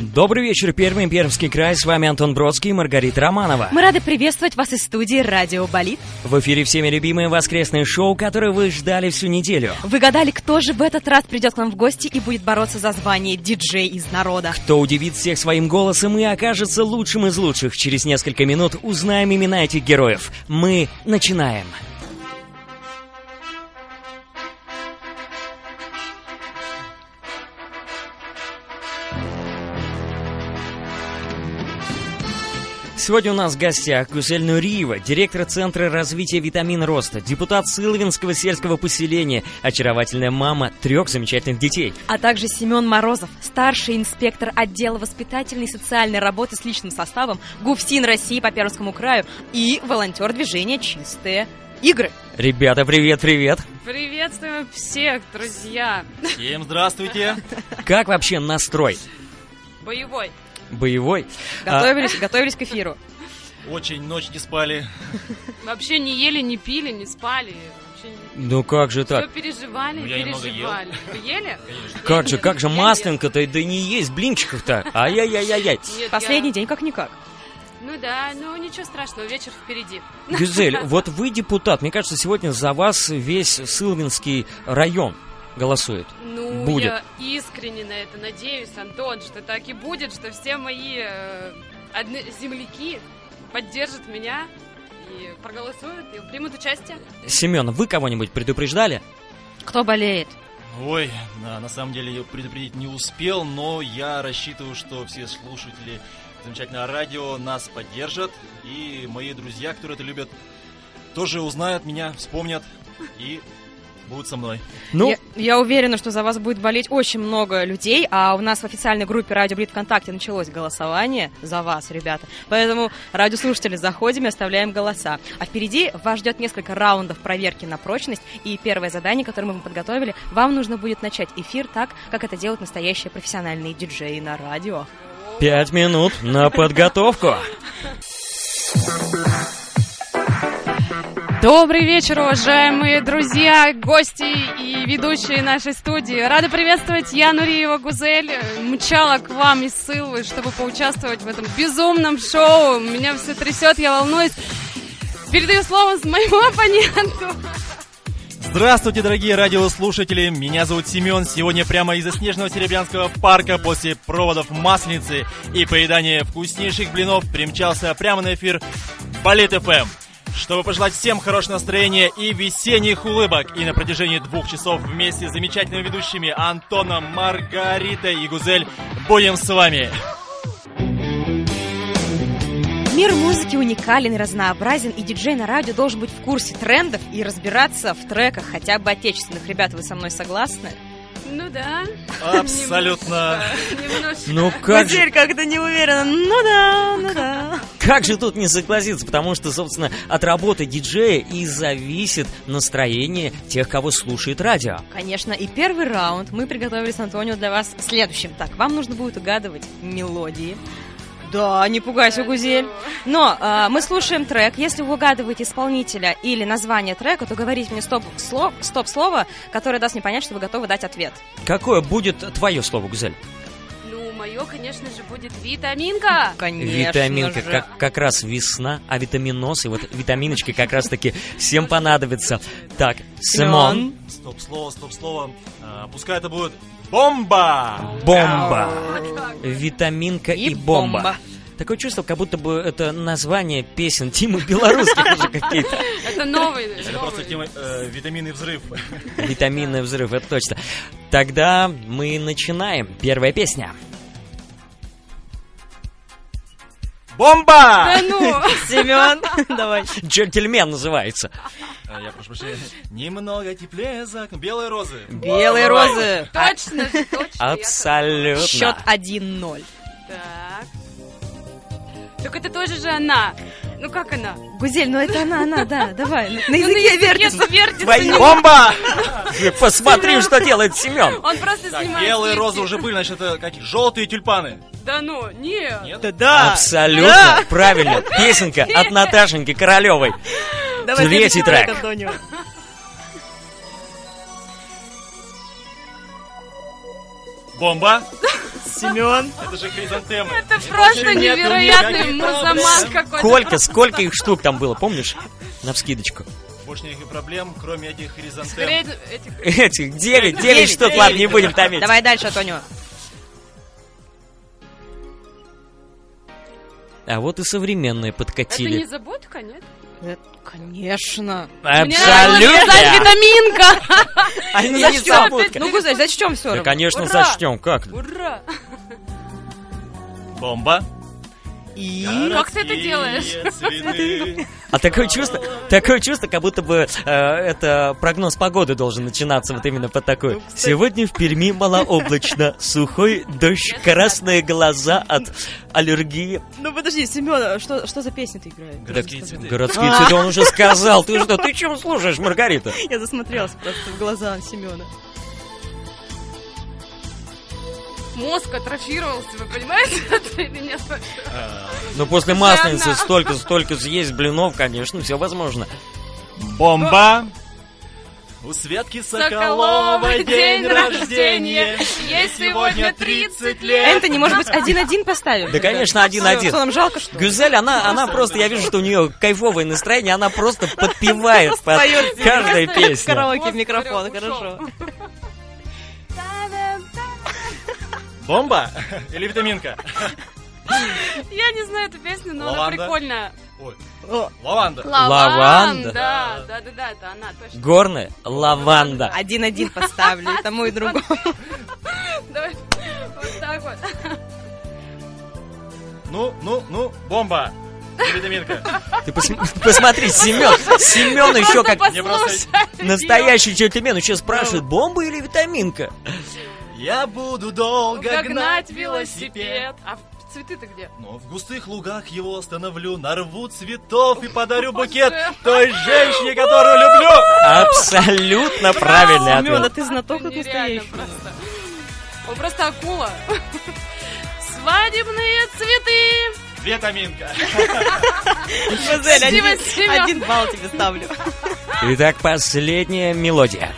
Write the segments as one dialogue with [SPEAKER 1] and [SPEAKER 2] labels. [SPEAKER 1] Добрый вечер, Пермь, Пермский край. С вами Антон Бродский и Маргарита Романова.
[SPEAKER 2] Мы рады приветствовать вас из студии «Радио Болит».
[SPEAKER 1] В эфире всеми любимое воскресное шоу, которое вы ждали всю неделю.
[SPEAKER 2] Вы гадали, кто же в этот раз придет к нам в гости и будет бороться за звание диджей из народа.
[SPEAKER 1] Кто удивит всех своим голосом и окажется лучшим из лучших. Через несколько минут узнаем имена этих героев. Мы начинаем. Сегодня у нас в гостях Гюсель Нуриева, директор Центра развития витамин роста, депутат Сылвинского сельского поселения, очаровательная мама трех замечательных детей.
[SPEAKER 2] А также Семен Морозов, старший инспектор отдела воспитательной и социальной работы с личным составом ГУФСИН России по Пермскому краю и волонтер движения «Чистые игры».
[SPEAKER 1] Ребята, привет-привет!
[SPEAKER 3] Приветствуем всех, друзья!
[SPEAKER 4] Всем здравствуйте!
[SPEAKER 1] Как вообще настрой?
[SPEAKER 3] Боевой.
[SPEAKER 1] Боевой? А,
[SPEAKER 2] Готовились, готовились к эфиру.
[SPEAKER 4] Очень ночь не спали.
[SPEAKER 3] Вообще не ели, не пили, не спали. Вообще
[SPEAKER 1] ну как же
[SPEAKER 3] Все
[SPEAKER 1] так?
[SPEAKER 3] переживали,
[SPEAKER 4] Ну, я немного
[SPEAKER 3] переживали. Вы ели?
[SPEAKER 1] Как же,
[SPEAKER 3] нет,
[SPEAKER 1] как же
[SPEAKER 3] я
[SPEAKER 1] масленка-то, да не есть блинчиков-то. Ай-яй-яй-яй-яй.
[SPEAKER 3] Нет, я-
[SPEAKER 2] Последний день как-никак.
[SPEAKER 3] Ну да, ну ничего страшного, вечер впереди.
[SPEAKER 1] Гюзель, вот вы депутат. Мне кажется, сегодня за вас весь Сылвинский район голосует.
[SPEAKER 3] Ну,
[SPEAKER 1] Будет.
[SPEAKER 3] я искренне на это надеюсь, Антон, что так и будет, что все мои э, одно- земляки поддержат меня и проголосуют, и примут участие.
[SPEAKER 1] Семен, вы кого-нибудь предупреждали?
[SPEAKER 2] Кто болеет?
[SPEAKER 4] Ой, на, на самом деле я предупредить не успел, но я рассчитываю, что все слушатели замечательного радио нас поддержат. И мои друзья, которые это любят, тоже узнают меня, вспомнят и будут со мной.
[SPEAKER 1] Ну,
[SPEAKER 2] Я, я уверена, что за вас будет болеть очень много людей, а у нас в официальной группе Радио Блит ВКонтакте началось голосование за вас, ребята. Поэтому, радиослушатели, заходим и оставляем голоса. А впереди вас ждет несколько раундов проверки на прочность, и первое задание, которое мы вам подготовили, вам нужно будет начать эфир так, как это делают настоящие профессиональные диджеи на радио.
[SPEAKER 1] пять минут на подготовку.
[SPEAKER 3] Добрый вечер, уважаемые друзья, гости и ведущие нашей студии. Рада приветствовать я, Нуриева Гузель. Мчала к вам из Сылвы, чтобы поучаствовать в этом безумном шоу. Меня все трясет, я волнуюсь. Передаю слово с моему оппоненту.
[SPEAKER 4] Здравствуйте, дорогие радиослушатели! Меня зовут Семен. Сегодня прямо из заснеженного Серебрянского парка после проводов масленицы и поедания вкуснейших блинов примчался прямо на эфир Болит ФМ. Чтобы пожелать всем хорошего настроения и весенних улыбок. И на протяжении двух часов вместе с замечательными ведущими Антоном, Маргаритой и Гузель будем с вами.
[SPEAKER 2] Мир музыки уникален и разнообразен, и диджей на радио должен быть в курсе трендов и разбираться в треках хотя бы отечественных. Ребята, вы со мной согласны?
[SPEAKER 3] Ну да.
[SPEAKER 4] Абсолютно.
[SPEAKER 3] Немножко.
[SPEAKER 1] Ну как же,
[SPEAKER 2] Гузель как-то не уверена. Ну да, ну да.
[SPEAKER 1] как же тут не согласиться, потому что, собственно, от работы диджея и зависит настроение тех, кого слушает радио.
[SPEAKER 2] Конечно, и первый раунд мы приготовили с Антонио для вас следующим. Так, вам нужно будет угадывать мелодии. Да, не пугайся, Гузель. Но а, мы слушаем трек. Если вы угадываете исполнителя или название трека, то говорите мне стоп-слово, стоп-слово, которое даст мне понять, что вы готовы дать ответ.
[SPEAKER 1] Какое будет твое слово, Гузель?
[SPEAKER 3] Ну, мое, конечно же, будет витаминка.
[SPEAKER 2] А, Конечно
[SPEAKER 1] Витаминка,
[SPEAKER 2] же.
[SPEAKER 1] как, как раз весна, а витаминоз, и вот витаминочки как раз-таки всем понадобятся. Так, Симон,
[SPEAKER 4] Стоп слово, стоп слово. А, Пускай это будет бомба!
[SPEAKER 1] бомба. Витаминка и,
[SPEAKER 2] И
[SPEAKER 1] бомба.
[SPEAKER 2] бомба.
[SPEAKER 1] Такое чувство, как будто бы это название песен Тимы Белорусских уже какие-то.
[SPEAKER 3] Это новый.
[SPEAKER 4] Это
[SPEAKER 3] новый.
[SPEAKER 4] просто тема э, витаминный взрыв.
[SPEAKER 1] Витаминный взрыв, это точно. Тогда мы начинаем. Первая песня.
[SPEAKER 4] Бомба!
[SPEAKER 3] Да ну.
[SPEAKER 2] Семен, давай.
[SPEAKER 1] Джентльмен называется.
[SPEAKER 4] А, Я прошу прощения. Немного теплее за окном. Белые розы.
[SPEAKER 2] Белые розы.
[SPEAKER 3] Точно же, точно. я
[SPEAKER 1] Абсолютно.
[SPEAKER 2] Счет 1-0.
[SPEAKER 3] Так. Так это тоже же она. Ну как она?
[SPEAKER 2] Гузель, ну это она, она, да, давай. На
[SPEAKER 3] Ну, на
[SPEAKER 2] языке
[SPEAKER 3] языке
[SPEAKER 2] вертится.
[SPEAKER 3] вертится,
[SPEAKER 1] Твою-
[SPEAKER 3] не-
[SPEAKER 1] Бомба! Посмотри, что делает Семен.
[SPEAKER 3] Он просто
[SPEAKER 4] Так,
[SPEAKER 3] снимает.
[SPEAKER 4] белые
[SPEAKER 3] сливки.
[SPEAKER 4] розы уже были, значит, это какие? Желтые тюльпаны.
[SPEAKER 3] Да ну, нет.
[SPEAKER 4] Нет?
[SPEAKER 1] Абсолютно правильно. Песенка от Наташеньки Королевой.
[SPEAKER 2] Давай
[SPEAKER 1] Третий
[SPEAKER 2] следующий трек,
[SPEAKER 1] трек.
[SPEAKER 2] Антонио.
[SPEAKER 4] Бомба!
[SPEAKER 2] Семен.
[SPEAKER 4] Это же хризантемы.
[SPEAKER 3] Это просто
[SPEAKER 4] Нет, нет,
[SPEAKER 3] невероятный
[SPEAKER 4] никаких
[SPEAKER 3] музоман
[SPEAKER 4] проблем.
[SPEAKER 3] какой-то.
[SPEAKER 1] Сколько, сколько их штук там было, помнишь? На вскидочку.
[SPEAKER 4] Больше никаких проблем, кроме этих хризантем.
[SPEAKER 3] Скорее, этих-
[SPEAKER 1] Этих девять, девять
[SPEAKER 2] Девять,
[SPEAKER 1] штук,
[SPEAKER 2] девять.
[SPEAKER 1] ладно, не будем томить.
[SPEAKER 2] Давай дальше, Антонио.
[SPEAKER 1] А вот и современные
[SPEAKER 3] Это
[SPEAKER 1] подкатили.
[SPEAKER 3] не заботка, нет?
[SPEAKER 2] Э, Конечно.
[SPEAKER 3] Мне нравилось написать
[SPEAKER 1] Абсолютно.
[SPEAKER 3] витаминка!
[SPEAKER 1] Они
[SPEAKER 2] За
[SPEAKER 1] не
[SPEAKER 2] что?
[SPEAKER 1] забудка.
[SPEAKER 2] Ну, Гузель, зачтем все
[SPEAKER 1] Да,
[SPEAKER 2] равно.
[SPEAKER 1] конечно,
[SPEAKER 3] Ура!
[SPEAKER 1] зачтем, как?
[SPEAKER 3] Ура!
[SPEAKER 4] Бомба.
[SPEAKER 1] И...
[SPEAKER 3] Как ты это делаешь?
[SPEAKER 4] делаешь?
[SPEAKER 1] А такое чувство, такое чувство, как будто бы э, это прогноз погоды должен начинаться вот именно под такой. Сегодня в Перми малооблачно, сухой дождь, красные глаза от аллергии.
[SPEAKER 2] Ну, подожди, Семен, что, что за песня ты играешь?
[SPEAKER 4] Городские цветы.
[SPEAKER 1] Городские цветы он уже сказал. Ты что, ты чем слушаешь, Маргарита?
[SPEAKER 2] Я засмотрелась просто в глаза Семена.
[SPEAKER 3] Мозг атрофировался, вы понимаете? это или нет?
[SPEAKER 4] А,
[SPEAKER 1] Ну, после масленицы
[SPEAKER 3] Странно.
[SPEAKER 1] столько, столько съесть блинов, конечно, все возможно.
[SPEAKER 4] Бомба. У Светки Соколовой
[SPEAKER 3] Соколовой
[SPEAKER 4] день
[SPEAKER 3] день
[SPEAKER 4] рождения.
[SPEAKER 3] рождения.
[SPEAKER 4] Ей
[SPEAKER 3] Ей
[SPEAKER 4] сегодня
[SPEAKER 3] сегодня
[SPEAKER 4] 30
[SPEAKER 3] 30
[SPEAKER 4] лет.
[SPEAKER 2] Энтони, может быть, один-один поставим?
[SPEAKER 1] Да, конечно, один-один.
[SPEAKER 2] Что, нам жалко, что ли?
[SPEAKER 1] Гюзель, она, она просто, я вижу, что у нее кайфовое настроение, она просто подпевает под каждую песню.
[SPEAKER 2] Караоке в микрофон,
[SPEAKER 3] Мозг вперед
[SPEAKER 2] хорошо.
[SPEAKER 4] Бомба или витаминка?
[SPEAKER 3] Я не знаю эту песню, но она
[SPEAKER 4] Лаванда.
[SPEAKER 3] прикольная.
[SPEAKER 4] Ой,
[SPEAKER 2] О,
[SPEAKER 4] лаванда.
[SPEAKER 1] Лаванда.
[SPEAKER 3] Да, да, да, да, это она точно.
[SPEAKER 1] Горная лаванда.
[SPEAKER 2] Один-один поставлю, и тому и другому.
[SPEAKER 3] Давай, вот так вот.
[SPEAKER 4] Ну, ну, ну, бомба. или Витаминка.
[SPEAKER 1] Ты посм- посмотри, Семен, Семен еще как
[SPEAKER 3] Можно
[SPEAKER 4] Мне просто-
[SPEAKER 3] послушать.
[SPEAKER 1] настоящий джентльмен еще спрашивает, бомба или витаминка?
[SPEAKER 4] Я буду долго
[SPEAKER 3] Догнать велосипед. А цветы-то где?
[SPEAKER 4] Но в густых лугах его остановлю, нарву цветов и подарю букет той женщине, которую люблю.
[SPEAKER 1] Абсолютно правильный
[SPEAKER 2] Семен, а
[SPEAKER 1] ответ.
[SPEAKER 2] ты знаток как
[SPEAKER 3] Это нереально
[SPEAKER 2] настоящий.
[SPEAKER 3] просто. Он просто акула. Свадебные цветы.
[SPEAKER 4] Витаминка.
[SPEAKER 2] Гюзель, один-
[SPEAKER 3] Спасибо, Семен.
[SPEAKER 2] один балл тебе ставлю.
[SPEAKER 1] Итак, последняя мелодия.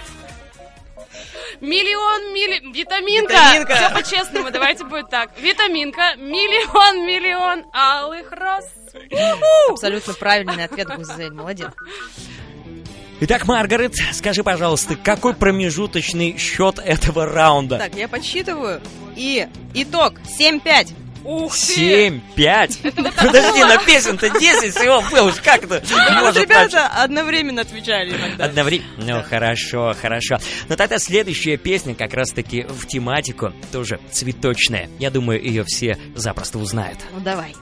[SPEAKER 3] Миллион милли... Витаминка.
[SPEAKER 2] Витаминка.
[SPEAKER 3] Все по-честному, давайте будет так. Витаминка. Миллион, миллион алых роз.
[SPEAKER 2] Абсолютно правильный ответ, Гузель, молодец.
[SPEAKER 1] Итак, Маргарет, скажи, пожалуйста, какой промежуточный счет этого раунда?
[SPEAKER 2] Так, я подсчитываю. И итог 7-5.
[SPEAKER 3] Ух ты.
[SPEAKER 1] 7-5. Подожди, на песен-то 10 всего было. уж Как это
[SPEAKER 2] Вот
[SPEAKER 1] может вообще?
[SPEAKER 2] ребята одновременно отвечали иногда.
[SPEAKER 1] Одновременно. Ну, хорошо, хорошо. Но тогда следующая песня как раз-таки в тематику, тоже цветочная. Я думаю, ее все запросто узнают.
[SPEAKER 2] Ну давай.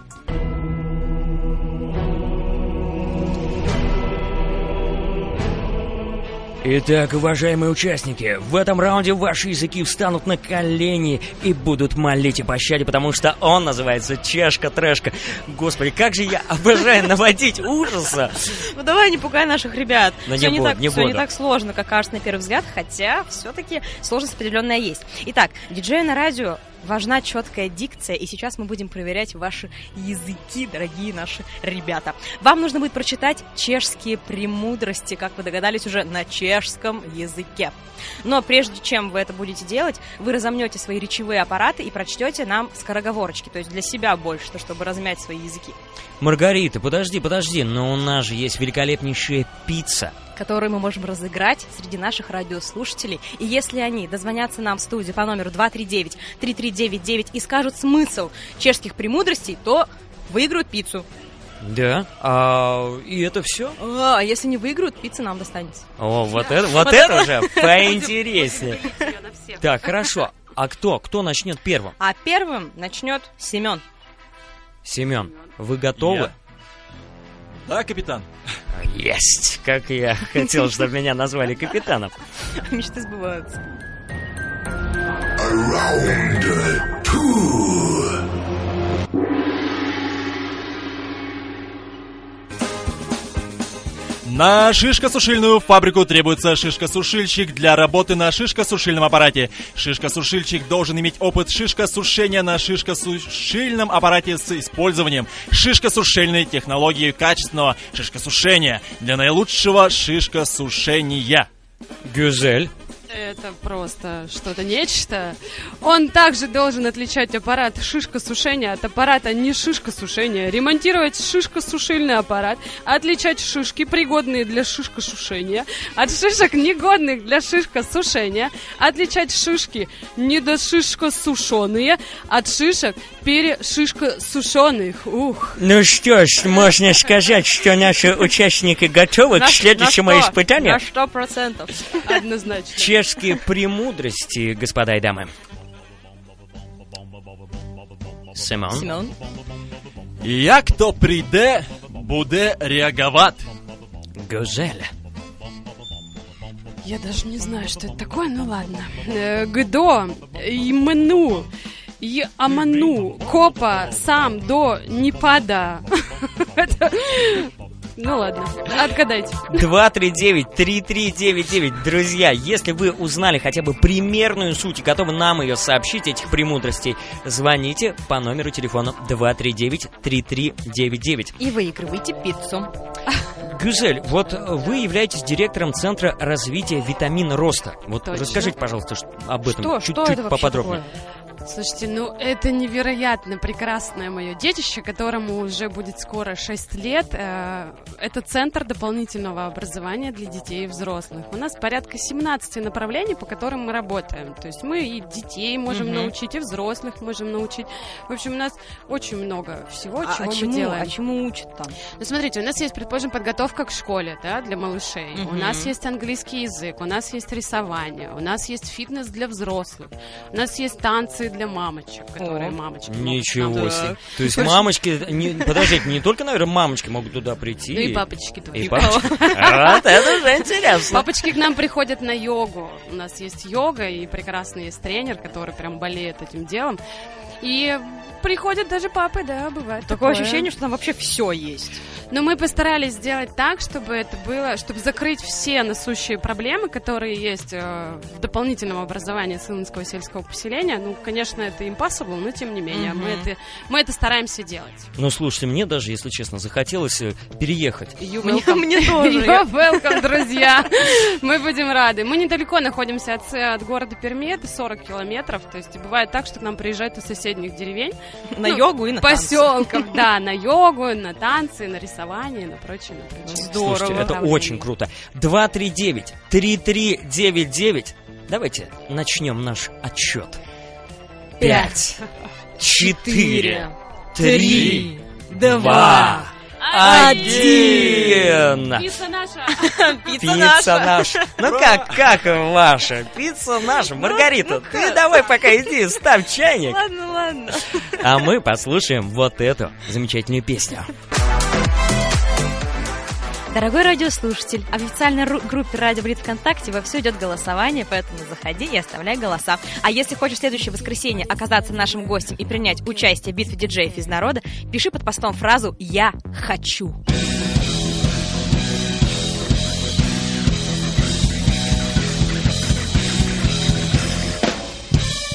[SPEAKER 1] Итак, уважаемые участники, в этом раунде ваши языки встанут на колени и будут молить о пощаде, потому что он называется Чешка-трешка. Господи, как же я обожаю наводить ужаса!
[SPEAKER 2] Ну давай не пугай наших ребят.
[SPEAKER 1] Да
[SPEAKER 2] все
[SPEAKER 1] Ну, не
[SPEAKER 2] не,
[SPEAKER 1] буду,
[SPEAKER 2] так,
[SPEAKER 1] не
[SPEAKER 2] всё не
[SPEAKER 1] буду.
[SPEAKER 2] так сложно, как кажется на первый взгляд, хотя все-таки сложность определенная есть. Итак, диджею на радио важна четкая дикция, и сейчас мы будем проверять ваши языки, дорогие наши ребята. Вам нужно будет прочитать чешские премудрости, как вы догадались, уже на чешском языке. Но прежде чем вы это будете делать, вы разомнете свои речевые аппараты и прочтете нам скороговорочки, то есть для себя больше, то чтобы размять свои языки,
[SPEAKER 1] Маргарита, подожди, подожди, но у нас же есть великолепнейшая пицца.
[SPEAKER 2] которые мы можем разыграть среди наших радиослушателей. И если они дозвонятся нам в студию по номеру 239-3399 и скажут смысл чешских премудростей, то выиграют пиццу.
[SPEAKER 1] Да? А, и это все?
[SPEAKER 2] А если не выиграют, пицца нам достанется.
[SPEAKER 1] О, вот это, вот это уже поинтереснее.
[SPEAKER 3] Её на всех.
[SPEAKER 1] Так, хорошо. А кто? Кто начнет первым?
[SPEAKER 2] А первым начнет Семен.
[SPEAKER 1] Семен, вы готовы?
[SPEAKER 4] Я. Да, капитан.
[SPEAKER 1] Есть! Как я хотел, чтобы меня назвали капитаном.
[SPEAKER 2] Мечты сбываются.
[SPEAKER 5] Round two.
[SPEAKER 4] На шишкосушильную фабрику требуется шишкосушильщик для работы на шишкосушильном аппарате. Шишкосушильщик должен иметь опыт шишкосушения на шишкосушильном аппарате с использованием шишкосушильной технологии качественного шишкосушения для наилучшего шишкосушения.
[SPEAKER 1] Гюзель.
[SPEAKER 3] Это просто что-то нечто. Он также должен отличать аппарат шишкосушения от аппарата не шишкосушения, ремонтировать шишкосушильный аппарат, отличать шишки, пригодные для шишкосушения, от шишек, негодных для шишкосушения, отличать шишки, недошишкосушеные, от шишек, перешишкосушеных. Ух.
[SPEAKER 1] Ну что ж, можно сказать, что наши участники готовы
[SPEAKER 2] На
[SPEAKER 1] к
[SPEAKER 2] ш-
[SPEAKER 1] следующему
[SPEAKER 2] на что?
[SPEAKER 1] испытанию.
[SPEAKER 2] На сто процентов.
[SPEAKER 3] Однозначно.
[SPEAKER 1] Чешские премудрости, господа и дамы. Симон.
[SPEAKER 2] Семен.
[SPEAKER 4] Я кто приде, буде реаговат.
[SPEAKER 1] Гюзель.
[SPEAKER 3] Я даже не знаю, что это такое, ну ладно. Э, Гдо, Имну, и Аману, Копа, Сам, До, Непада. Это- Ну ладно, отгадайте.
[SPEAKER 1] 239-3399. Друзья, если вы узнали хотя бы примерную суть и готовы нам ее сообщить, этих премудростей, звоните по номеру телефона 239-3399.
[SPEAKER 2] И выигрывайте пиццу.
[SPEAKER 1] Гюзель, вот э, вы являетесь директором Центра развития витамин роста. Вот
[SPEAKER 3] Точно.
[SPEAKER 1] расскажите, пожалуйста, ш- об этом
[SPEAKER 2] Что?
[SPEAKER 1] чуть-чуть
[SPEAKER 2] Что это вообще
[SPEAKER 1] поподробнее.
[SPEAKER 2] такое?
[SPEAKER 3] Слушайте, ну это невероятно прекрасное мое детище, которому уже будет скоро 6 лет. Э, Это центр дополнительного образования для детей и взрослых. У нас порядка 17 направлений, по которым мы работаем. То есть мы и детей можем
[SPEAKER 2] Мгм.
[SPEAKER 3] научить, и взрослых можем научить. В общем, у нас очень много всего,
[SPEAKER 2] А- а
[SPEAKER 3] чего мы
[SPEAKER 2] чему-
[SPEAKER 3] делаем.
[SPEAKER 2] А чему учат там?
[SPEAKER 3] Ну, смотрите, у нас есть, предположим, подготовка к школе, да, для малышей. У
[SPEAKER 2] Мгм.
[SPEAKER 3] нас есть английский язык, у нас есть рисование, у нас есть фитнес для взрослых, у нас есть танцы для мамочек, которые
[SPEAKER 2] О.
[SPEAKER 3] мамочки. могут нам
[SPEAKER 1] Ничего
[SPEAKER 3] учить.
[SPEAKER 1] себе. То есть мамочки, не, подождите, не только, наверное, мамочки могут туда прийти.
[SPEAKER 3] Ну и папочки тоже.
[SPEAKER 1] И папочки. А? Вот это уже интересно.
[SPEAKER 3] Папочки к нам приходят на йогу. У нас есть йога, и прекрасный есть тренер, который прям болеет этим делом. И приходят даже папы, да, бывает.
[SPEAKER 2] Такое ощущение, что там вообще все есть.
[SPEAKER 3] Но мы постарались сделать так, чтобы это было, чтобы закрыть все насущие проблемы, которые есть э, в дополнительном образовании Сынского сельского поселения. Ну, конечно, это impossible, но тем не менее,
[SPEAKER 2] Мгм.
[SPEAKER 3] мы, это, мы это стараемся делать.
[SPEAKER 1] Ну, слушайте, мне даже, если честно, захотелось э, переехать.
[SPEAKER 3] You
[SPEAKER 2] Мне-
[SPEAKER 3] welcome.
[SPEAKER 2] мне тоже.
[SPEAKER 3] You welcome, друзья. Мы будем рады. Мы недалеко находимся от, с- от города Перми, это 40 километров. То есть бывает так, что к нам приезжают из соседних деревень,
[SPEAKER 2] На
[SPEAKER 3] Ну,
[SPEAKER 2] йогу и на танцы.
[SPEAKER 3] поселков, да, на йогу, на танцы, на рисование, на прочее, на прочее.
[SPEAKER 2] Здорово.
[SPEAKER 1] Слушайте, это
[SPEAKER 3] Направление.
[SPEAKER 1] очень круто. 239-3399. Давайте начнем наш отчет. Пять, четыре, три, два, один.
[SPEAKER 3] Пицца наша.
[SPEAKER 2] Пицца
[SPEAKER 1] Пицца
[SPEAKER 2] наша.
[SPEAKER 1] наша. Ну как, как ваша? Пицца наша. Маргарита, ты давай пока иди, ставь чайник.
[SPEAKER 2] Ну, Ладно, ладно.
[SPEAKER 1] А мы послушаем вот эту замечательную песню.
[SPEAKER 2] Дорогой радиослушатель, а в официальной ру- группе Радио Брит ВКонтакте вовсю идет голосование, поэтому заходи и оставляй голоса. А если хочешь в следующее воскресенье оказаться нашим гостем и принять участие в битве диджеев из народа, пиши под постом фразу «Я хочу».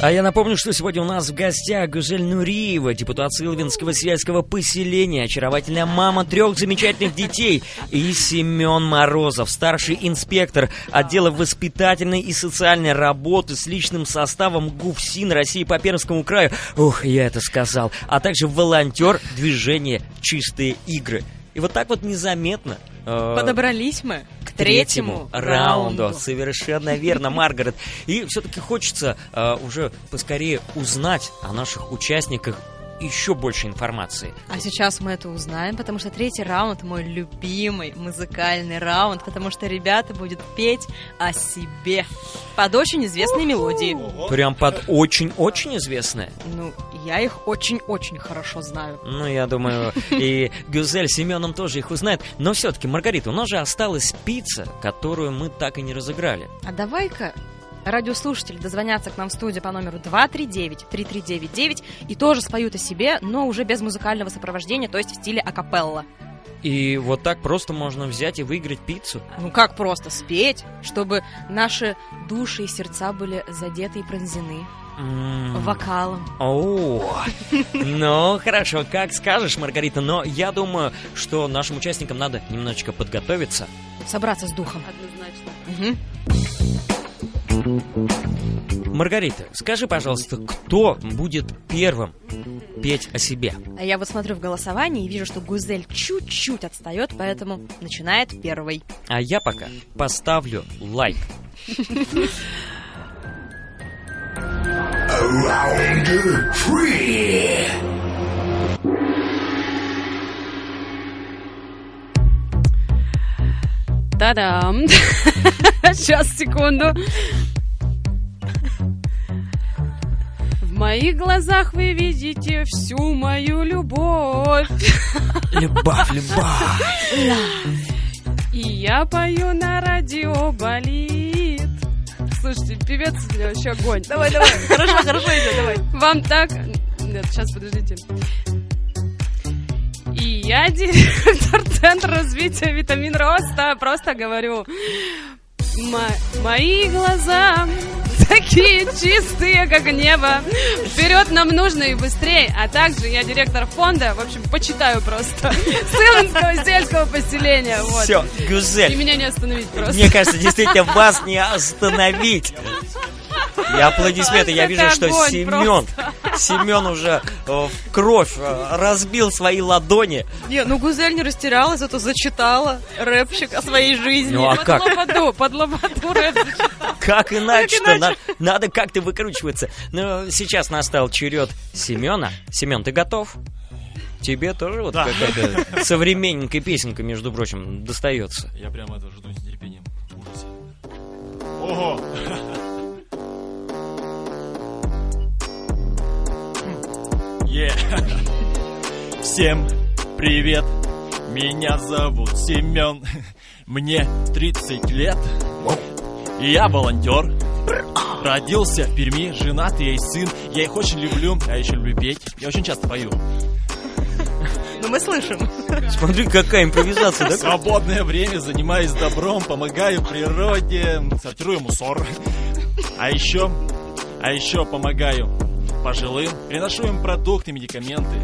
[SPEAKER 1] А я напомню, что сегодня у нас в гостях Гюзель Нуриева, депутат Сылвинского сельского поселения, очаровательная мама трех замечательных детей и Семен Морозов, старший инспектор отдела воспитательной и социальной работы с личным составом ГУФСИН России по Пермскому краю. Ух, я это сказал. А также волонтер движения «Чистые игры». И вот так вот незаметно э,
[SPEAKER 2] Подобрались мы к третьему раунду.
[SPEAKER 1] Совершенно верно, Маргарет. И все-таки хочется э, уже поскорее узнать о наших участниках еще больше информации.
[SPEAKER 2] А сейчас мы это узнаем, потому что третий раунд мой любимый музыкальный раунд, потому что ребята будут петь о себе под очень известные мелодии.
[SPEAKER 1] Прям под очень-очень известное.
[SPEAKER 2] Ну, я их очень-очень хорошо знаю.
[SPEAKER 1] Ну, я думаю, и Гюзель с Семеном тоже их узнает. Но все-таки, Маргарита, у нас же осталась пицца, которую мы так и не разыграли.
[SPEAKER 2] А давай-ка радиослушатели дозвонятся к нам в студию по номеру 239-3399 и тоже споют о себе, но уже без музыкального сопровождения, то есть в стиле акапелла.
[SPEAKER 1] И вот так просто можно взять и выиграть пиццу.
[SPEAKER 2] Ну как просто спеть, чтобы наши души и сердца были задеты и пронзены
[SPEAKER 1] М.
[SPEAKER 2] вокалом.
[SPEAKER 1] О, ну хорошо, как скажешь, Маргарита, но я думаю, что нашим участникам надо немножечко подготовиться.
[SPEAKER 2] Собраться с духом.
[SPEAKER 3] Однозначно.
[SPEAKER 2] Мгм.
[SPEAKER 1] Маргарита, скажи, пожалуйста, кто будет первым петь о себе?
[SPEAKER 2] А я вот смотрю в голосовании и вижу, что Гузель чуть-чуть отстает, поэтому начинает первой.
[SPEAKER 1] А я пока поставлю лайк.
[SPEAKER 5] Round three.
[SPEAKER 3] Та-дам! Сейчас, секунду. В моих глазах вы видите всю мою любовь.
[SPEAKER 1] Любовь, любовь.
[SPEAKER 3] И я пою на радио болит. Слушайте, певец вообще огонь. Давай, давай, хорошо, хорошо идет, давай. Вам так... Нет, сейчас, подождите. И я директор Центра развития витамин роста. Просто говорю. Мо- мои глаза такие чистые, как небо. Вперед нам нужно и быстрее. А также я директор фонда. В общем, почитаю просто. Сыланского сельского поселения. Вот.
[SPEAKER 1] Все,
[SPEAKER 3] И
[SPEAKER 1] Гюзель,
[SPEAKER 3] меня не остановить просто.
[SPEAKER 1] мне кажется, действительно вас не остановить. И аплодисменты, я
[SPEAKER 3] Это
[SPEAKER 1] вижу, что
[SPEAKER 3] огонь
[SPEAKER 1] Семен, Семен уже э, в кровь э, разбил свои ладони.
[SPEAKER 2] Не, ну Гузель не растерялась, зато зачитала рэпчик о своей жизни.
[SPEAKER 1] Ну, а
[SPEAKER 3] под
[SPEAKER 1] как?
[SPEAKER 3] лободу, под лободу рэп.
[SPEAKER 1] Как иначе-то? На- Надо как-то выкручиваться. Но сейчас настал черед Семена. Семен, ты готов? Тебе тоже вот
[SPEAKER 4] Да.
[SPEAKER 1] какая-то современненькая песенка, между прочим, достается.
[SPEAKER 4] Я прямо это жду с нетерпением. В ужасе. Ого! Е. Всем привет! Меня зовут Семен. Мне 30 лет. Я волонтер. Родился в Перми, женат, я есть сын. Я их очень люблю, я еще люблю петь. Я очень часто пою.
[SPEAKER 2] Ну мы слышим.
[SPEAKER 1] Смотри, какая импровизация, да?
[SPEAKER 4] Свободное время занимаюсь добром, помогаю природе, сортирую мусор. А еще, а еще помогаю пожилым, приношу им продукты, медикаменты.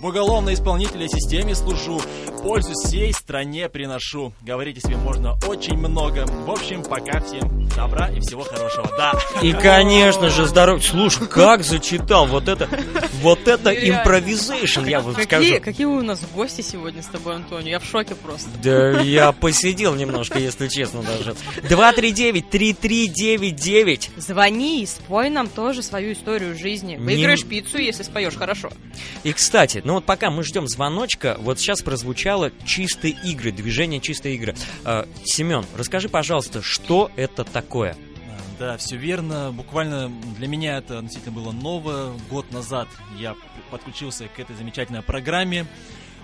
[SPEAKER 4] В уголовной исполнительной системе служу, пользу всей стране приношу. Говорить о себе можно очень много. В общем, пока всем добра и всего хорошего. Да.
[SPEAKER 1] И, конечно же, здоров... Слушай, как зачитал вот это, вот это
[SPEAKER 2] Нереально.
[SPEAKER 1] импровизейшн, я вам
[SPEAKER 2] Какие,
[SPEAKER 1] скажу.
[SPEAKER 2] какие у нас гости сегодня с тобой, Антонио? Я в шоке просто.
[SPEAKER 1] Да я посидел немножко, если честно даже. 239-3399.
[SPEAKER 2] Звони и спой нам тоже свою историю жизни.
[SPEAKER 1] Не-
[SPEAKER 2] Выиграешь пиццу, если споешь хорошо.
[SPEAKER 1] И, кстати, ну вот пока мы ждем звоночка, вот сейчас прозвучало «Чистые игры», движение «Чистые игры». Э, Семен, расскажи, пожалуйста, что это такое?
[SPEAKER 4] Да, все верно. Буквально для меня это относительно было ново. Год назад я подключился к этой замечательной программе.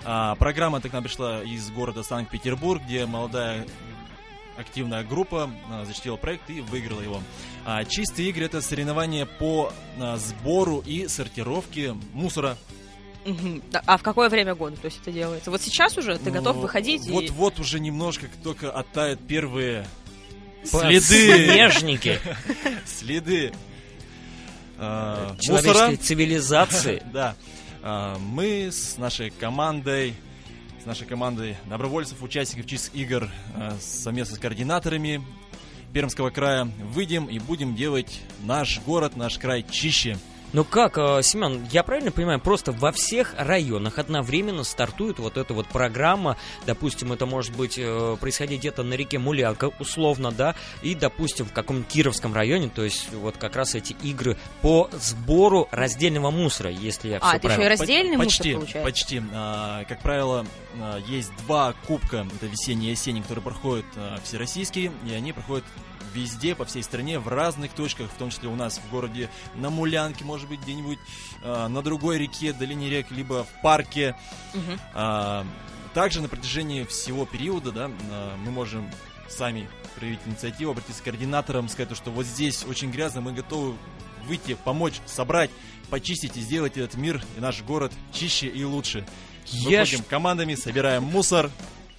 [SPEAKER 4] А, программа так к нам пришла из города Санкт-Петербург, где молодая активная группа а, защитила проект и выиграла его. А, чистые игры это соревнования по а, сбору и сортировке мусора.
[SPEAKER 2] Мгм. Да, А в какое время года, то есть это делается? Вот сейчас уже ты
[SPEAKER 4] Ну,
[SPEAKER 2] готов выходить? и-
[SPEAKER 4] Вот-вот уже немножко только оттают первые следы.
[SPEAKER 1] Подснежники
[SPEAKER 4] Следы. а, мусора.
[SPEAKER 1] человеческой цивилизации.
[SPEAKER 4] Да. А, Мы с нашей командой, с нашей командой добровольцев, участников чистых игр, а, совместно с координаторами Пермского края выйдем и будем делать наш город, наш край чище.
[SPEAKER 1] Ну как, э, Семен, я правильно понимаю, просто во всех районах одновременно стартует вот эта вот программа, допустим, это может быть э, происходить где-то на реке Мулянка, условно, да, и, допустим, в каком-нибудь Кировском районе, то есть вот как раз эти игры по сбору раздельного мусора, если я все
[SPEAKER 2] А, это еще и
[SPEAKER 1] правильно...
[SPEAKER 2] раздельный
[SPEAKER 4] Поч-
[SPEAKER 2] мусор
[SPEAKER 4] почти,
[SPEAKER 2] получается?
[SPEAKER 4] Почти. А, как правило, а, есть два кубка, это весенний и осенний, которые проходят а, всероссийские, и они проходят везде, по всей стране, в разных точках, в том числе у нас в городе на Мулянке, может быть, где-нибудь а, на другой реке, долине рек, либо в парке.
[SPEAKER 2] Мгм.
[SPEAKER 4] А, Также на протяжении всего периода да, а, мы можем сами проявить инициативу, обратиться к координаторам, сказать, то, что вот здесь очень грязно, мы готовы выйти, помочь, собрать, почистить и сделать этот мир и наш город чище и лучше.
[SPEAKER 1] Я
[SPEAKER 4] Выходим командами, собираем мусор.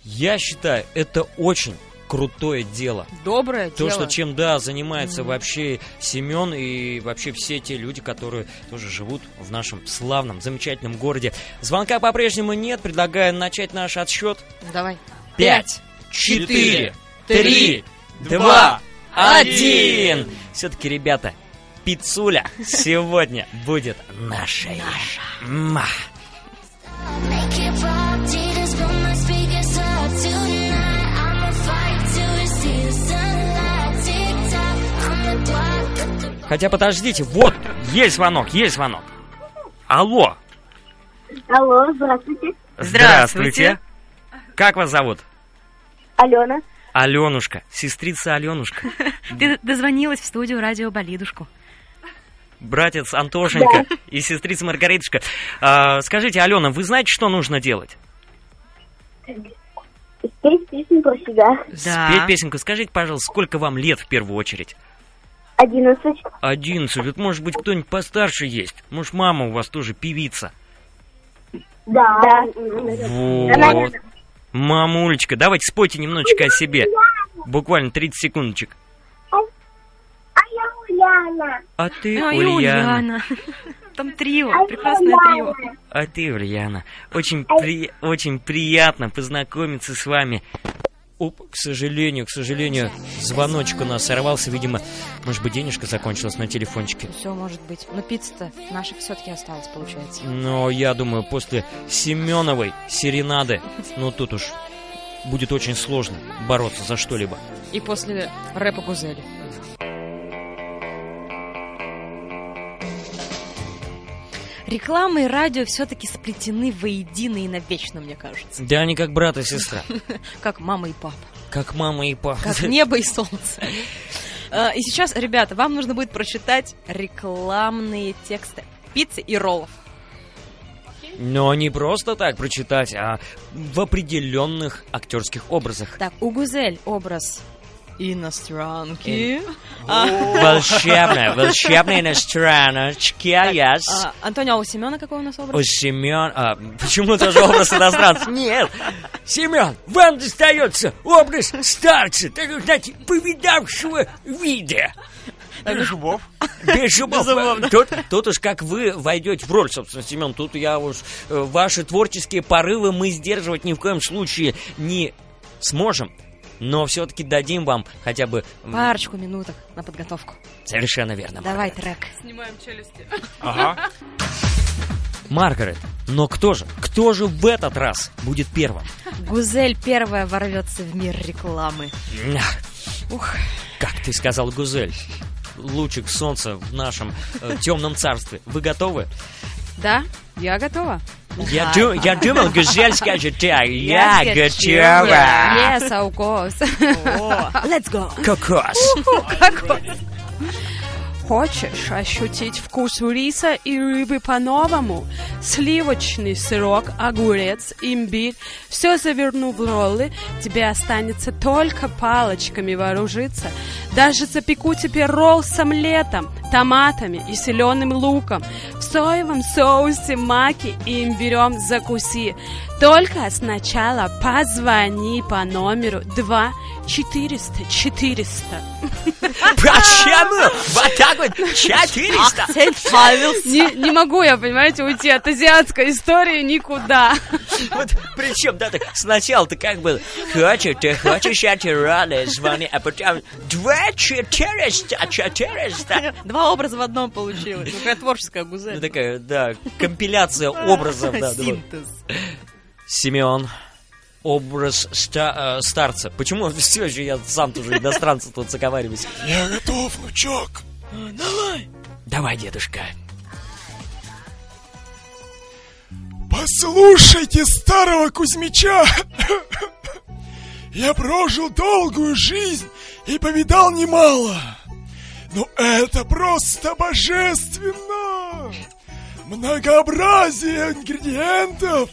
[SPEAKER 1] Я считаю, это очень крутое дело.
[SPEAKER 2] Доброе
[SPEAKER 1] То,
[SPEAKER 2] дело.
[SPEAKER 1] что чем, да, занимается вообще Семен и вообще все те люди, которые тоже живут в нашем славном, замечательном городе. Звонка по-прежнему нет. Предлагаю начать наш отсчет.
[SPEAKER 2] Давай.
[SPEAKER 1] Пять, четыре, три,
[SPEAKER 4] четыре,
[SPEAKER 1] два,
[SPEAKER 4] два,
[SPEAKER 1] один. Все-таки, ребята, пиццуля сегодня будет нашей. Ма.
[SPEAKER 6] Make it pop, tears blow my speakers up tonight. I'ma fight till we see the sunlight. Tick tock, on the clock, at the
[SPEAKER 1] Хотя подождите, вот, есть звонок, есть звонок. Алло.
[SPEAKER 7] Алло, здравствуйте.
[SPEAKER 1] Здравствуйте. Как вас зовут?
[SPEAKER 7] Алена.
[SPEAKER 1] Аленушка, сестрица Аленушка,
[SPEAKER 8] Ты дозвонилась в студию радио Болидушку.
[SPEAKER 1] братец Антошенька и сестрица Маргаритушка. А, скажите, Алена, вы знаете, что нужно делать?
[SPEAKER 7] Петь песни про себя.
[SPEAKER 1] Спеть песенку. Скажите, пожалуйста, сколько вам лет в первую очередь?
[SPEAKER 7] 11.
[SPEAKER 1] 11. Вот, может быть, кто-нибудь постарше есть. Может, мама у вас тоже певица.
[SPEAKER 7] Да.
[SPEAKER 1] Вот. Мамулечка, давайте спойте немножечко о себе. Буквально 30 секундочек.
[SPEAKER 7] А я Ульяна.
[SPEAKER 1] А ты,
[SPEAKER 2] Ну
[SPEAKER 8] Ой,
[SPEAKER 1] Ульяна.
[SPEAKER 8] Ульяна. Там трио, прекрасное трио.
[SPEAKER 1] А ты, Ульяна. Очень, при- очень приятно познакомиться с вами. Оп, к сожалению, к сожалению, звоночек у нас сорвался, видимо, может быть, денежка закончилась на телефончике.
[SPEAKER 2] Все может быть. Но пицца-то наша все-таки осталась, получается.
[SPEAKER 1] Но я думаю, после Семеновой серенады, ну тут уж будет очень сложно бороться за что-либо.
[SPEAKER 2] И после рэпа Гузели. Реклама и радио все-таки сплетены воедино и навечно, мне кажется.
[SPEAKER 1] Да они как брат и сестра,
[SPEAKER 2] Как мама и папа.
[SPEAKER 1] как мама и папа.
[SPEAKER 2] Как небо и солнце. Э, И сейчас, ребята, вам нужно будет прочитать рекламные тексты пиццы и роллов.
[SPEAKER 1] Но не просто так прочитать, а в определенных актерских образах.
[SPEAKER 2] Так, у Гузель образ иностранки. А,
[SPEAKER 1] Волшебная, волшебная иностраночка, yes.
[SPEAKER 2] а, Антонио, а у Семена какой у нас
[SPEAKER 1] У
[SPEAKER 2] образ?
[SPEAKER 1] Семен... А, почему тоже образ иностранца? Нет! Семен, вам достается образ старца, так как, знаете, повидавшего вида. Без зубов. Тут, тут уж как вы войдете в роль, собственно, Семен, тут я уж... э, Ваши творческие порывы мы сдерживать ни в коем случае не сможем. Но все-таки дадим вам хотя бы... м,
[SPEAKER 2] Парочку минуток на подготовку.
[SPEAKER 1] Совершенно верно.
[SPEAKER 2] Давай трек.
[SPEAKER 3] Снимаем челюсти.
[SPEAKER 1] Маргарет, но кто же? Кто же в этот раз будет первым?
[SPEAKER 2] Гузель первая ворвется в мир рекламы.
[SPEAKER 1] Ах,
[SPEAKER 2] Ух,
[SPEAKER 1] Как ты сказал, Гузель? Лучик солнца в нашем э, темном царстве. Вы готовы?
[SPEAKER 3] Да, я готова.
[SPEAKER 1] Я, ду- я думал, Гузель скажет так. Я готова.
[SPEAKER 3] Yes, of course.
[SPEAKER 2] let's go.
[SPEAKER 1] Кокос.
[SPEAKER 3] Хочешь ощутить вкус риса и рыбы по-новому? Сливочный сырок, огурец, имбирь. Все заверну в роллы. Тебе останется только палочками вооружиться. Даже запеку тебе ролл с омлетом, томатами и зеленым луком. В соевом соусе маки и имбирем закуси. Только сначала позвони по номеру 2 400 400.
[SPEAKER 1] Почему? Вот так вот. 400.
[SPEAKER 3] Не, не могу я, понимаете, уйти от азиатской истории никуда.
[SPEAKER 1] Вот причем, да, так сначала ты как бы хочешь, ты хочешь, я тебе рада, звони, а потом два четыреста, четыреста.
[SPEAKER 2] Два образа в одном получилось. Ну, какая творческая
[SPEAKER 1] Ну,
[SPEAKER 2] Гузель.
[SPEAKER 1] такая, да, компиляция образов, да, думаю.
[SPEAKER 2] Синтез.
[SPEAKER 1] Семен. Образ ста- э, старца. Почему все же я сам тоже иностранца тут заговариваюсь?
[SPEAKER 5] Я готов, внучок.
[SPEAKER 1] Давай, дедушка.
[SPEAKER 5] Послушайте старого Кузьмича. Я прожил долгую жизнь и повидал немало. Но это просто божественно. Многообразие ингредиентов,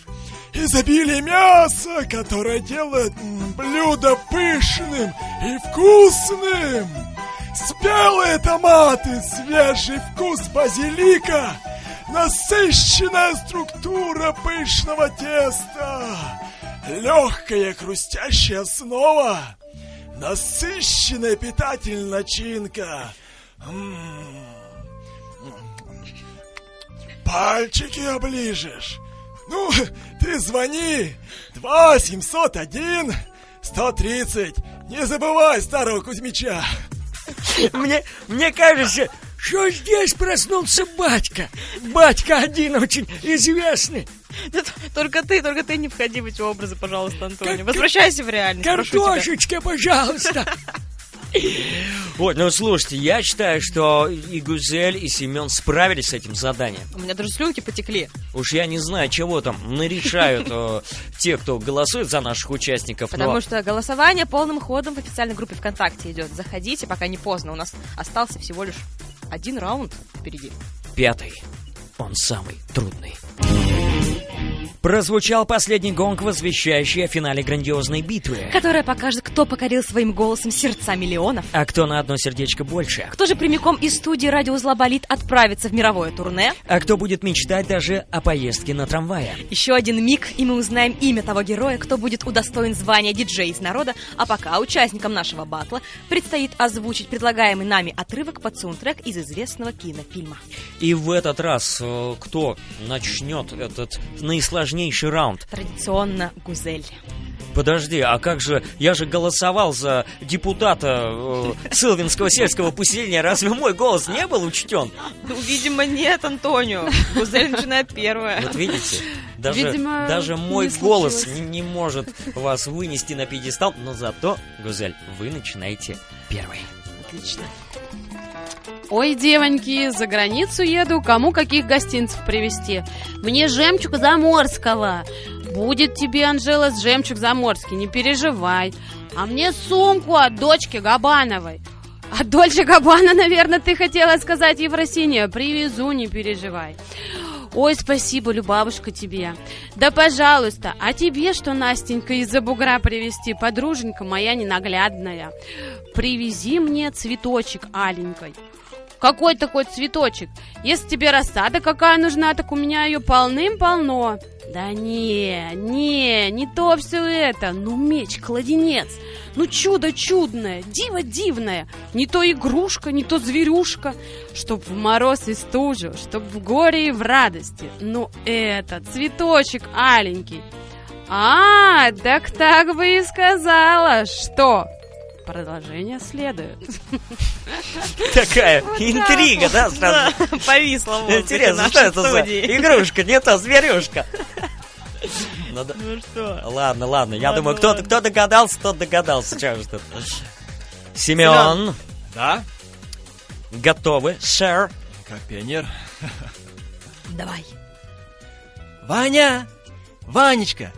[SPEAKER 5] изобилие мяса, которое делает м, блюдо пышным и вкусным. Спелые томаты, свежий вкус базилика, насыщенная структура пышного теста, легкая хрустящая основа, насыщенная питательная начинка. М-м-м. М. Пальчики оближешь. Ну, ты звони. 2 701 130. Не забывай старого Кузьмича.
[SPEAKER 1] Мне, мне кажется, что здесь проснулся батька. Батька один очень известный.
[SPEAKER 2] Только ты, только ты не входи в эти образы, пожалуйста, Антоний.
[SPEAKER 1] Как-
[SPEAKER 2] Возвращайся в реальность. прошу тебя.
[SPEAKER 1] Картошечка, пожалуйста. Вот, ну слушайте, я считаю, что и Гузель, и Семен справились с этим заданием.
[SPEAKER 2] У меня даже слюнки потекли.
[SPEAKER 1] Уж я не знаю, чего там нарешают э, те, кто голосует за наших участников.
[SPEAKER 2] Потому
[SPEAKER 1] но-
[SPEAKER 2] что голосование полным ходом в официальной группе ВКонтакте идет. Заходите, пока не поздно. У нас остался всего лишь один раунд впереди.
[SPEAKER 1] Пятый. Он самый трудный. Прозвучал последний гонг, возвещающий о финале грандиозной битвы.
[SPEAKER 2] Которая покажет, кто покорил своим голосом сердца миллионов.
[SPEAKER 1] А кто на одно сердечко больше?
[SPEAKER 2] Кто же прямиком из студии «Радио Злоболит» отправится в мировое турне?
[SPEAKER 1] А кто будет мечтать даже о поездке на трамвае?
[SPEAKER 2] Еще один миг, и мы узнаем имя того героя, кто будет удостоен звания диджей из народа, а пока участникам нашего батла предстоит озвучить предлагаемый нами отрывок под саундтрек из известного кинофильма.
[SPEAKER 1] И в этот раз э, кто начнет этот наисложнейший раунд?
[SPEAKER 2] Традиционно Гузель.
[SPEAKER 1] Подожди, а как же... Я же голосовал за депутата э, Сылвинского сельского поселения. Разве мой голос не был учтен?
[SPEAKER 2] Ну, видимо, нет, Антонио. Гузель начинает первая.
[SPEAKER 1] Вот видите, даже,
[SPEAKER 3] Видимо,
[SPEAKER 1] даже мой
[SPEAKER 3] не
[SPEAKER 1] голос
[SPEAKER 3] случилось.
[SPEAKER 1] не, не может вас вынести на пьедестал, но зато, Гузель, вы начинаете первой.
[SPEAKER 3] Отлично. Ой, девоньки, за границу еду, кому каких гостинцев привезти? Мне жемчуг заморского. Будет тебе, Анжела, с жемчуг заморский, не переживай. А мне сумку от дочки Габановой. От дочки Габана, наверное, ты хотела сказать, Евросиния. Привезу, не переживай. Ой, спасибо, Любабушка, тебе. Да, пожалуйста, а тебе что, Настенька, из-за бугра привезти, подруженька моя ненаглядная? Привези мне цветочек аленькой. Какой такой цветочек? Если тебе рассада какая нужна, так у меня ее полным-полно. Да не, не, не то все это. Ну, меч, кладенец. Ну, чудо чудное, диво дивное. Не то игрушка, не то зверюшка. Чтоб в мороз и стужу, чтоб в горе и в радости. Ну, это, цветочек аленький. А, так так бы и сказала, что... Продолжение следует.
[SPEAKER 1] Такая интрига, да, сразу?
[SPEAKER 2] Повисла вот.
[SPEAKER 1] Интересно, что это за игрушка, не то зверюшка? Ну да.
[SPEAKER 2] Ну что?
[SPEAKER 1] Ладно, ладно, я
[SPEAKER 2] Ладно,
[SPEAKER 1] думаю, кто,
[SPEAKER 2] ладно.
[SPEAKER 1] кто догадался, тот догадался. Чего же тут? Семен,
[SPEAKER 4] Да?
[SPEAKER 1] готовы, сэр?
[SPEAKER 4] Как пионер.
[SPEAKER 2] Давай.
[SPEAKER 4] Ваня! Ванечка!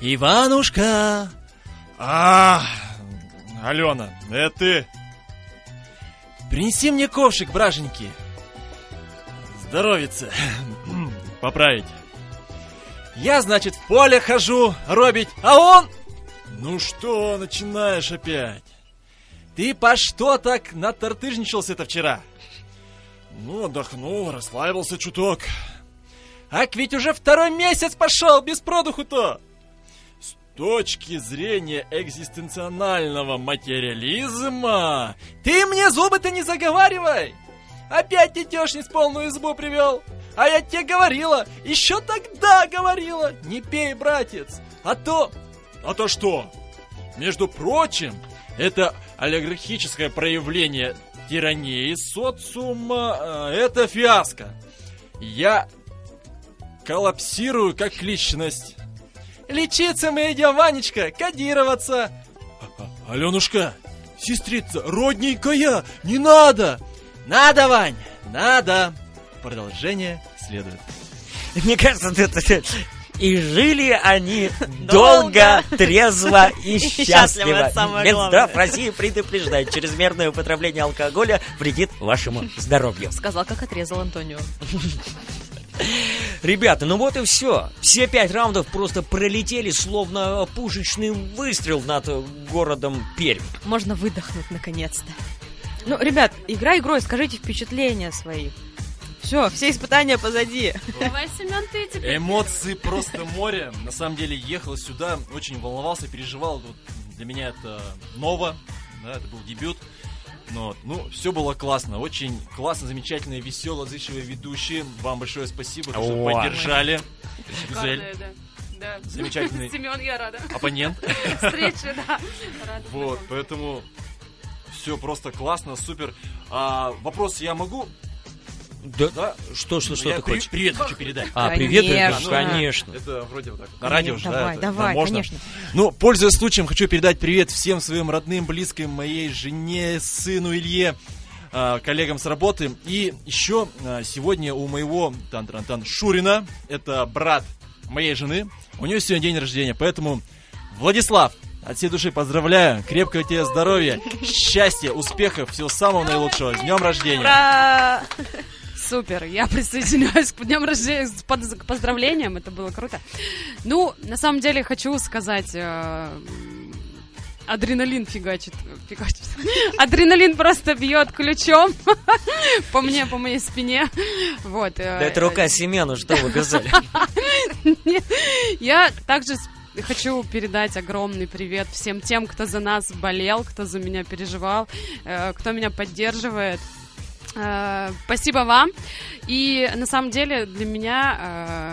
[SPEAKER 4] Иванушка! А, Алена, это ты. Принеси мне ковшик, браженьки. Здоровиться. Поправить. Я, значит, в поле хожу робить, а он... Ну что, начинаешь опять? Ты по что так натартыжничался-то вчера?
[SPEAKER 5] Ну, отдохнул, расслабился чуток.
[SPEAKER 4] Ак ведь уже второй месяц пошел без продуху-то!
[SPEAKER 5] точки зрения экзистенционального материализма.
[SPEAKER 4] Ты мне зубы-то не заговаривай! Опять тетешниц полную избу привел! А я тебе говорила, еще тогда говорила, не пей, братец, а то...
[SPEAKER 5] А то что? Между прочим, это олигархическое проявление тирании социума. э, Это фиаско. Я коллапсирую как личность.
[SPEAKER 4] Лечиться мы идем, Ванечка, кодироваться!
[SPEAKER 5] А- Аленушка, сестрица, родненькая, не надо!
[SPEAKER 4] Надо, Вань, надо! Продолжение следует.
[SPEAKER 1] Мне кажется, ты- ты- ты- И жили они долго, трезво и
[SPEAKER 2] счастливо,
[SPEAKER 1] счастливо.
[SPEAKER 2] это самое
[SPEAKER 1] Минздрав
[SPEAKER 2] главное.
[SPEAKER 1] России предупреждает, чрезмерное употребление алкоголя вредит вашему здоровью.
[SPEAKER 2] Сказал, как отрезал Антонио.
[SPEAKER 1] Ребята, ну вот и все. Все пять раундов просто пролетели, словно пушечный выстрел над э, городом Пермь.
[SPEAKER 2] Можно выдохнуть наконец-то. Ну, ребят, игра игрой, скажите впечатления свои. Все, все испытания позади.
[SPEAKER 3] Давай, Семен, ты теперь.
[SPEAKER 5] Эмоции просто море. На самом деле ехал сюда, очень волновался, переживал. Вот для меня это ново, да, это был дебют. Но, вот, ну, все было классно, очень классно, замечательно, весело, отзывчивые ведущие. Вам большое спасибо, то, что
[SPEAKER 1] О.
[SPEAKER 5] поддержали. Гюзель,
[SPEAKER 3] Шикарная, да. Да.
[SPEAKER 5] Замечательный.
[SPEAKER 3] Семен, я рада.
[SPEAKER 4] А
[SPEAKER 5] оппонент.
[SPEAKER 3] Встреча, да. Рада.
[SPEAKER 5] Вот,
[SPEAKER 3] знакомиться.
[SPEAKER 5] поэтому все просто классно, супер. А, вопрос я могу?
[SPEAKER 1] Да,
[SPEAKER 5] Да? Ну,
[SPEAKER 1] что, что, что
[SPEAKER 5] Я
[SPEAKER 1] ты
[SPEAKER 5] при-
[SPEAKER 1] хочешь?
[SPEAKER 5] Привет хочу передать.
[SPEAKER 1] А, привет,
[SPEAKER 2] Конечно.
[SPEAKER 1] да, конечно.
[SPEAKER 5] Это вроде вот так. На Э, радио же, да,
[SPEAKER 2] Давай,
[SPEAKER 5] это-
[SPEAKER 2] давай,
[SPEAKER 5] да, можно?
[SPEAKER 2] конечно.
[SPEAKER 5] Ну, пользуясь случаем, хочу передать привет всем своим родным, близким, моей жене, сыну Илье, а, коллегам с работы. И еще а, сегодня у моего тан -тан -тан, Шурина, это брат моей жены, у нее сегодня день рождения, поэтому Владислав, от всей души поздравляю, крепкого тебе здоровья, счастья, успехов, всего самого наилучшего, с днем рождения.
[SPEAKER 2] Ура!
[SPEAKER 3] Супер, я присоединяюсь к днем рождения, с под- к поздравлениям, это было круто. Ну, на самом деле, хочу сказать... э, м, Адреналин фигачит, фигачит. Адреналин просто бьет ключом по мне, по моей спине. Вот. э,
[SPEAKER 1] Да это рука Семена, что вы сказали.
[SPEAKER 3] Я также с- хочу передать огромный привет всем тем, кто за нас болел, кто за меня переживал, э, кто меня поддерживает. Э, Спасибо вам. И на самом деле для меня,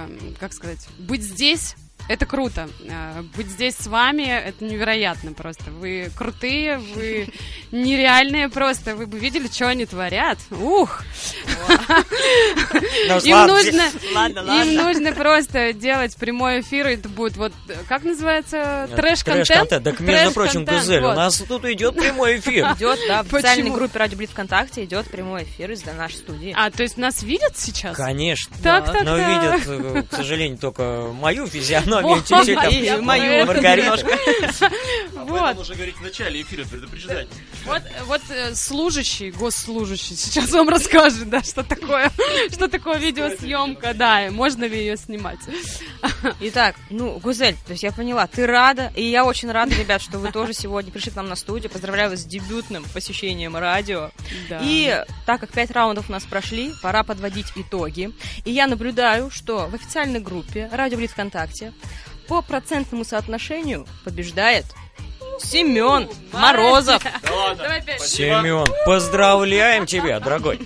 [SPEAKER 3] э, как сказать, быть здесь. Это круто. Э, Быть здесь с вами, это невероятно просто. Вы крутые, вы нереальные просто. Вы бы видели, что они творят. Ух!
[SPEAKER 1] Ну,
[SPEAKER 3] Им
[SPEAKER 1] ладно,
[SPEAKER 3] нужно,
[SPEAKER 2] Ладно,
[SPEAKER 3] им
[SPEAKER 2] ладно.
[SPEAKER 3] нужно просто делать прямой эфир, и это будет вот, э, как называется,
[SPEAKER 1] э,
[SPEAKER 3] трэш-контент?
[SPEAKER 1] Так, между прочим,
[SPEAKER 3] Трэш-контент,
[SPEAKER 1] Гузель, у
[SPEAKER 3] вот.
[SPEAKER 1] нас тут идет прямой эфир.
[SPEAKER 2] Идет, да, в официальной
[SPEAKER 3] Почему?
[SPEAKER 2] группе Радио Блиц ВКонтакте идет прямой эфир из нашей студии.
[SPEAKER 3] А, то есть нас видят сейчас?
[SPEAKER 1] Конечно.
[SPEAKER 3] Так, так,
[SPEAKER 1] Но
[SPEAKER 3] так.
[SPEAKER 1] видят, э, к сожалению, только мою физиономию,
[SPEAKER 3] Вот,
[SPEAKER 1] чуть-чуть там
[SPEAKER 2] и мою
[SPEAKER 1] Маргариту.
[SPEAKER 3] Вот,
[SPEAKER 5] нужно говорить в начале эфира, предупреждать.
[SPEAKER 3] вот, вот э, служащий, госслужащий сейчас вам расскажет, да, что такое, что такое видеосъемка, да, и можно ли ее снимать.
[SPEAKER 2] Итак, ну, Гузель, то есть я поняла, ты рада, и я очень рада, ребят, что вы тоже сегодня пришли к нам на студию. Поздравляю вас с дебютным посещением радио.
[SPEAKER 3] Да.
[SPEAKER 2] И так как пять раундов у нас прошли, пора подводить итоги. И я наблюдаю, что в официальной группе Радио Блиц ВКонтакте по процентному соотношению побеждает Семен Морозов.
[SPEAKER 3] Давай опять.
[SPEAKER 1] Семен, поздравляем тебя, дорогой.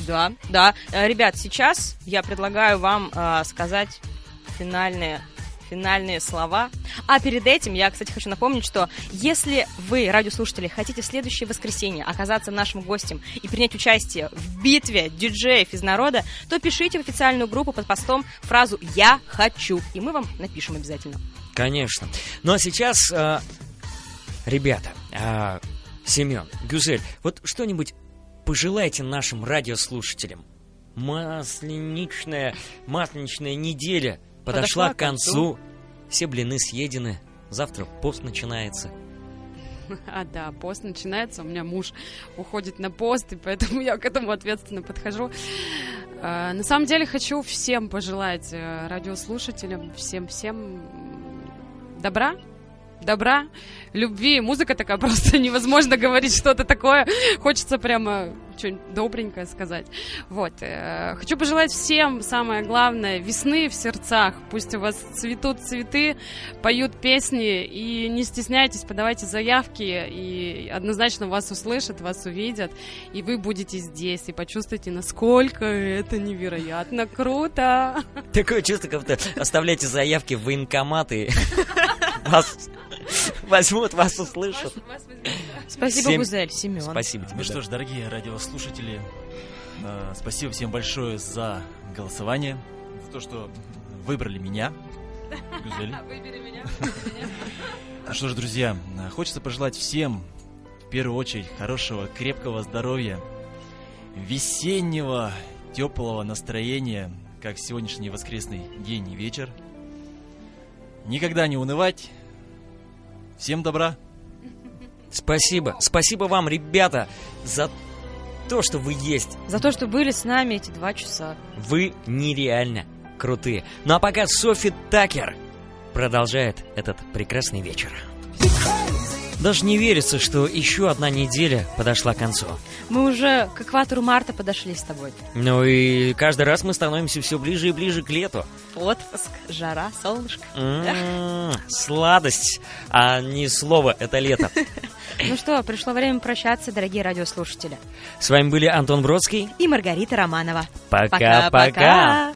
[SPEAKER 2] Да, да. Э, Ребят, сейчас я предлагаю вам э, сказать финальные финальные слова. А перед этим я, кстати, хочу напомнить, что если вы, радиослушатели, хотите в следующее воскресенье оказаться нашим гостем и принять участие в битве диджеев из народа, то пишите в официальную группу под постом фразу «Я хочу», и мы вам напишем обязательно.
[SPEAKER 1] Конечно. Ну а сейчас, э, ребята, э, Семен, Гюзель, вот что-нибудь пожелайте нашим радиослушателям. Масленичная, масленичная неделя подошла,
[SPEAKER 2] Подошла
[SPEAKER 1] к
[SPEAKER 2] к концу.
[SPEAKER 1] концу. Все блины съедены. Завтра пост начинается.
[SPEAKER 3] А, да, пост начинается, у меня муж уходит на пост, и поэтому я к этому ответственно подхожу. Э, На самом деле хочу всем пожелать э, радиослушателям, всем-всем м, добра, добра, любви. Музыка такая просто невозможно говорить что-то такое. Хочется прямо что-нибудь добренькое сказать. Вот. э, Хочу пожелать всем, самое главное, весны в сердцах. Пусть у вас цветут цветы, поют песни. И не стесняйтесь, подавайте заявки. И однозначно вас услышат, вас увидят. И вы будете здесь. И почувствуете, насколько это невероятно круто.
[SPEAKER 1] Такое чувство, как будто оставляйте заявки в военкоматы. Вас возьмут, вас услышат.
[SPEAKER 2] Спасибо,
[SPEAKER 1] Сем-
[SPEAKER 2] Гузель, Семен.
[SPEAKER 1] Спасибо тебе.
[SPEAKER 4] Ну что ж, дорогие радиослушатели, э, спасибо всем большое за голосование, за то, что выбрали меня. Гюзель.
[SPEAKER 3] Выбери меня.
[SPEAKER 4] Ну что ж, друзья, э, хочется пожелать всем, в первую очередь, хорошего, крепкого здоровья, весеннего, теплого настроения, как сегодняшний воскресный день и вечер. Никогда не унывать. Всем добра.
[SPEAKER 1] Спасибо. Спасибо вам, ребята, за то, что вы есть.
[SPEAKER 2] За то, что были с нами эти два часа.
[SPEAKER 1] Вы нереально крутые. Ну а пока Софи Такер продолжает этот прекрасный вечер. Даже не верится, что еще одна неделя подошла к концу.
[SPEAKER 2] Мы уже к экватору марта подошли с тобой.
[SPEAKER 1] Ну и каждый раз мы становимся все ближе и ближе к лету.
[SPEAKER 2] Отпуск, жара, солнышко.
[SPEAKER 1] М, М-м-м, Сладость, а не слово, это лето.
[SPEAKER 2] Ну что, пришло время прощаться, дорогие радиослушатели.
[SPEAKER 1] С вами были Антон Бродский.
[SPEAKER 2] И Маргарита Романова.
[SPEAKER 1] Пока-пока.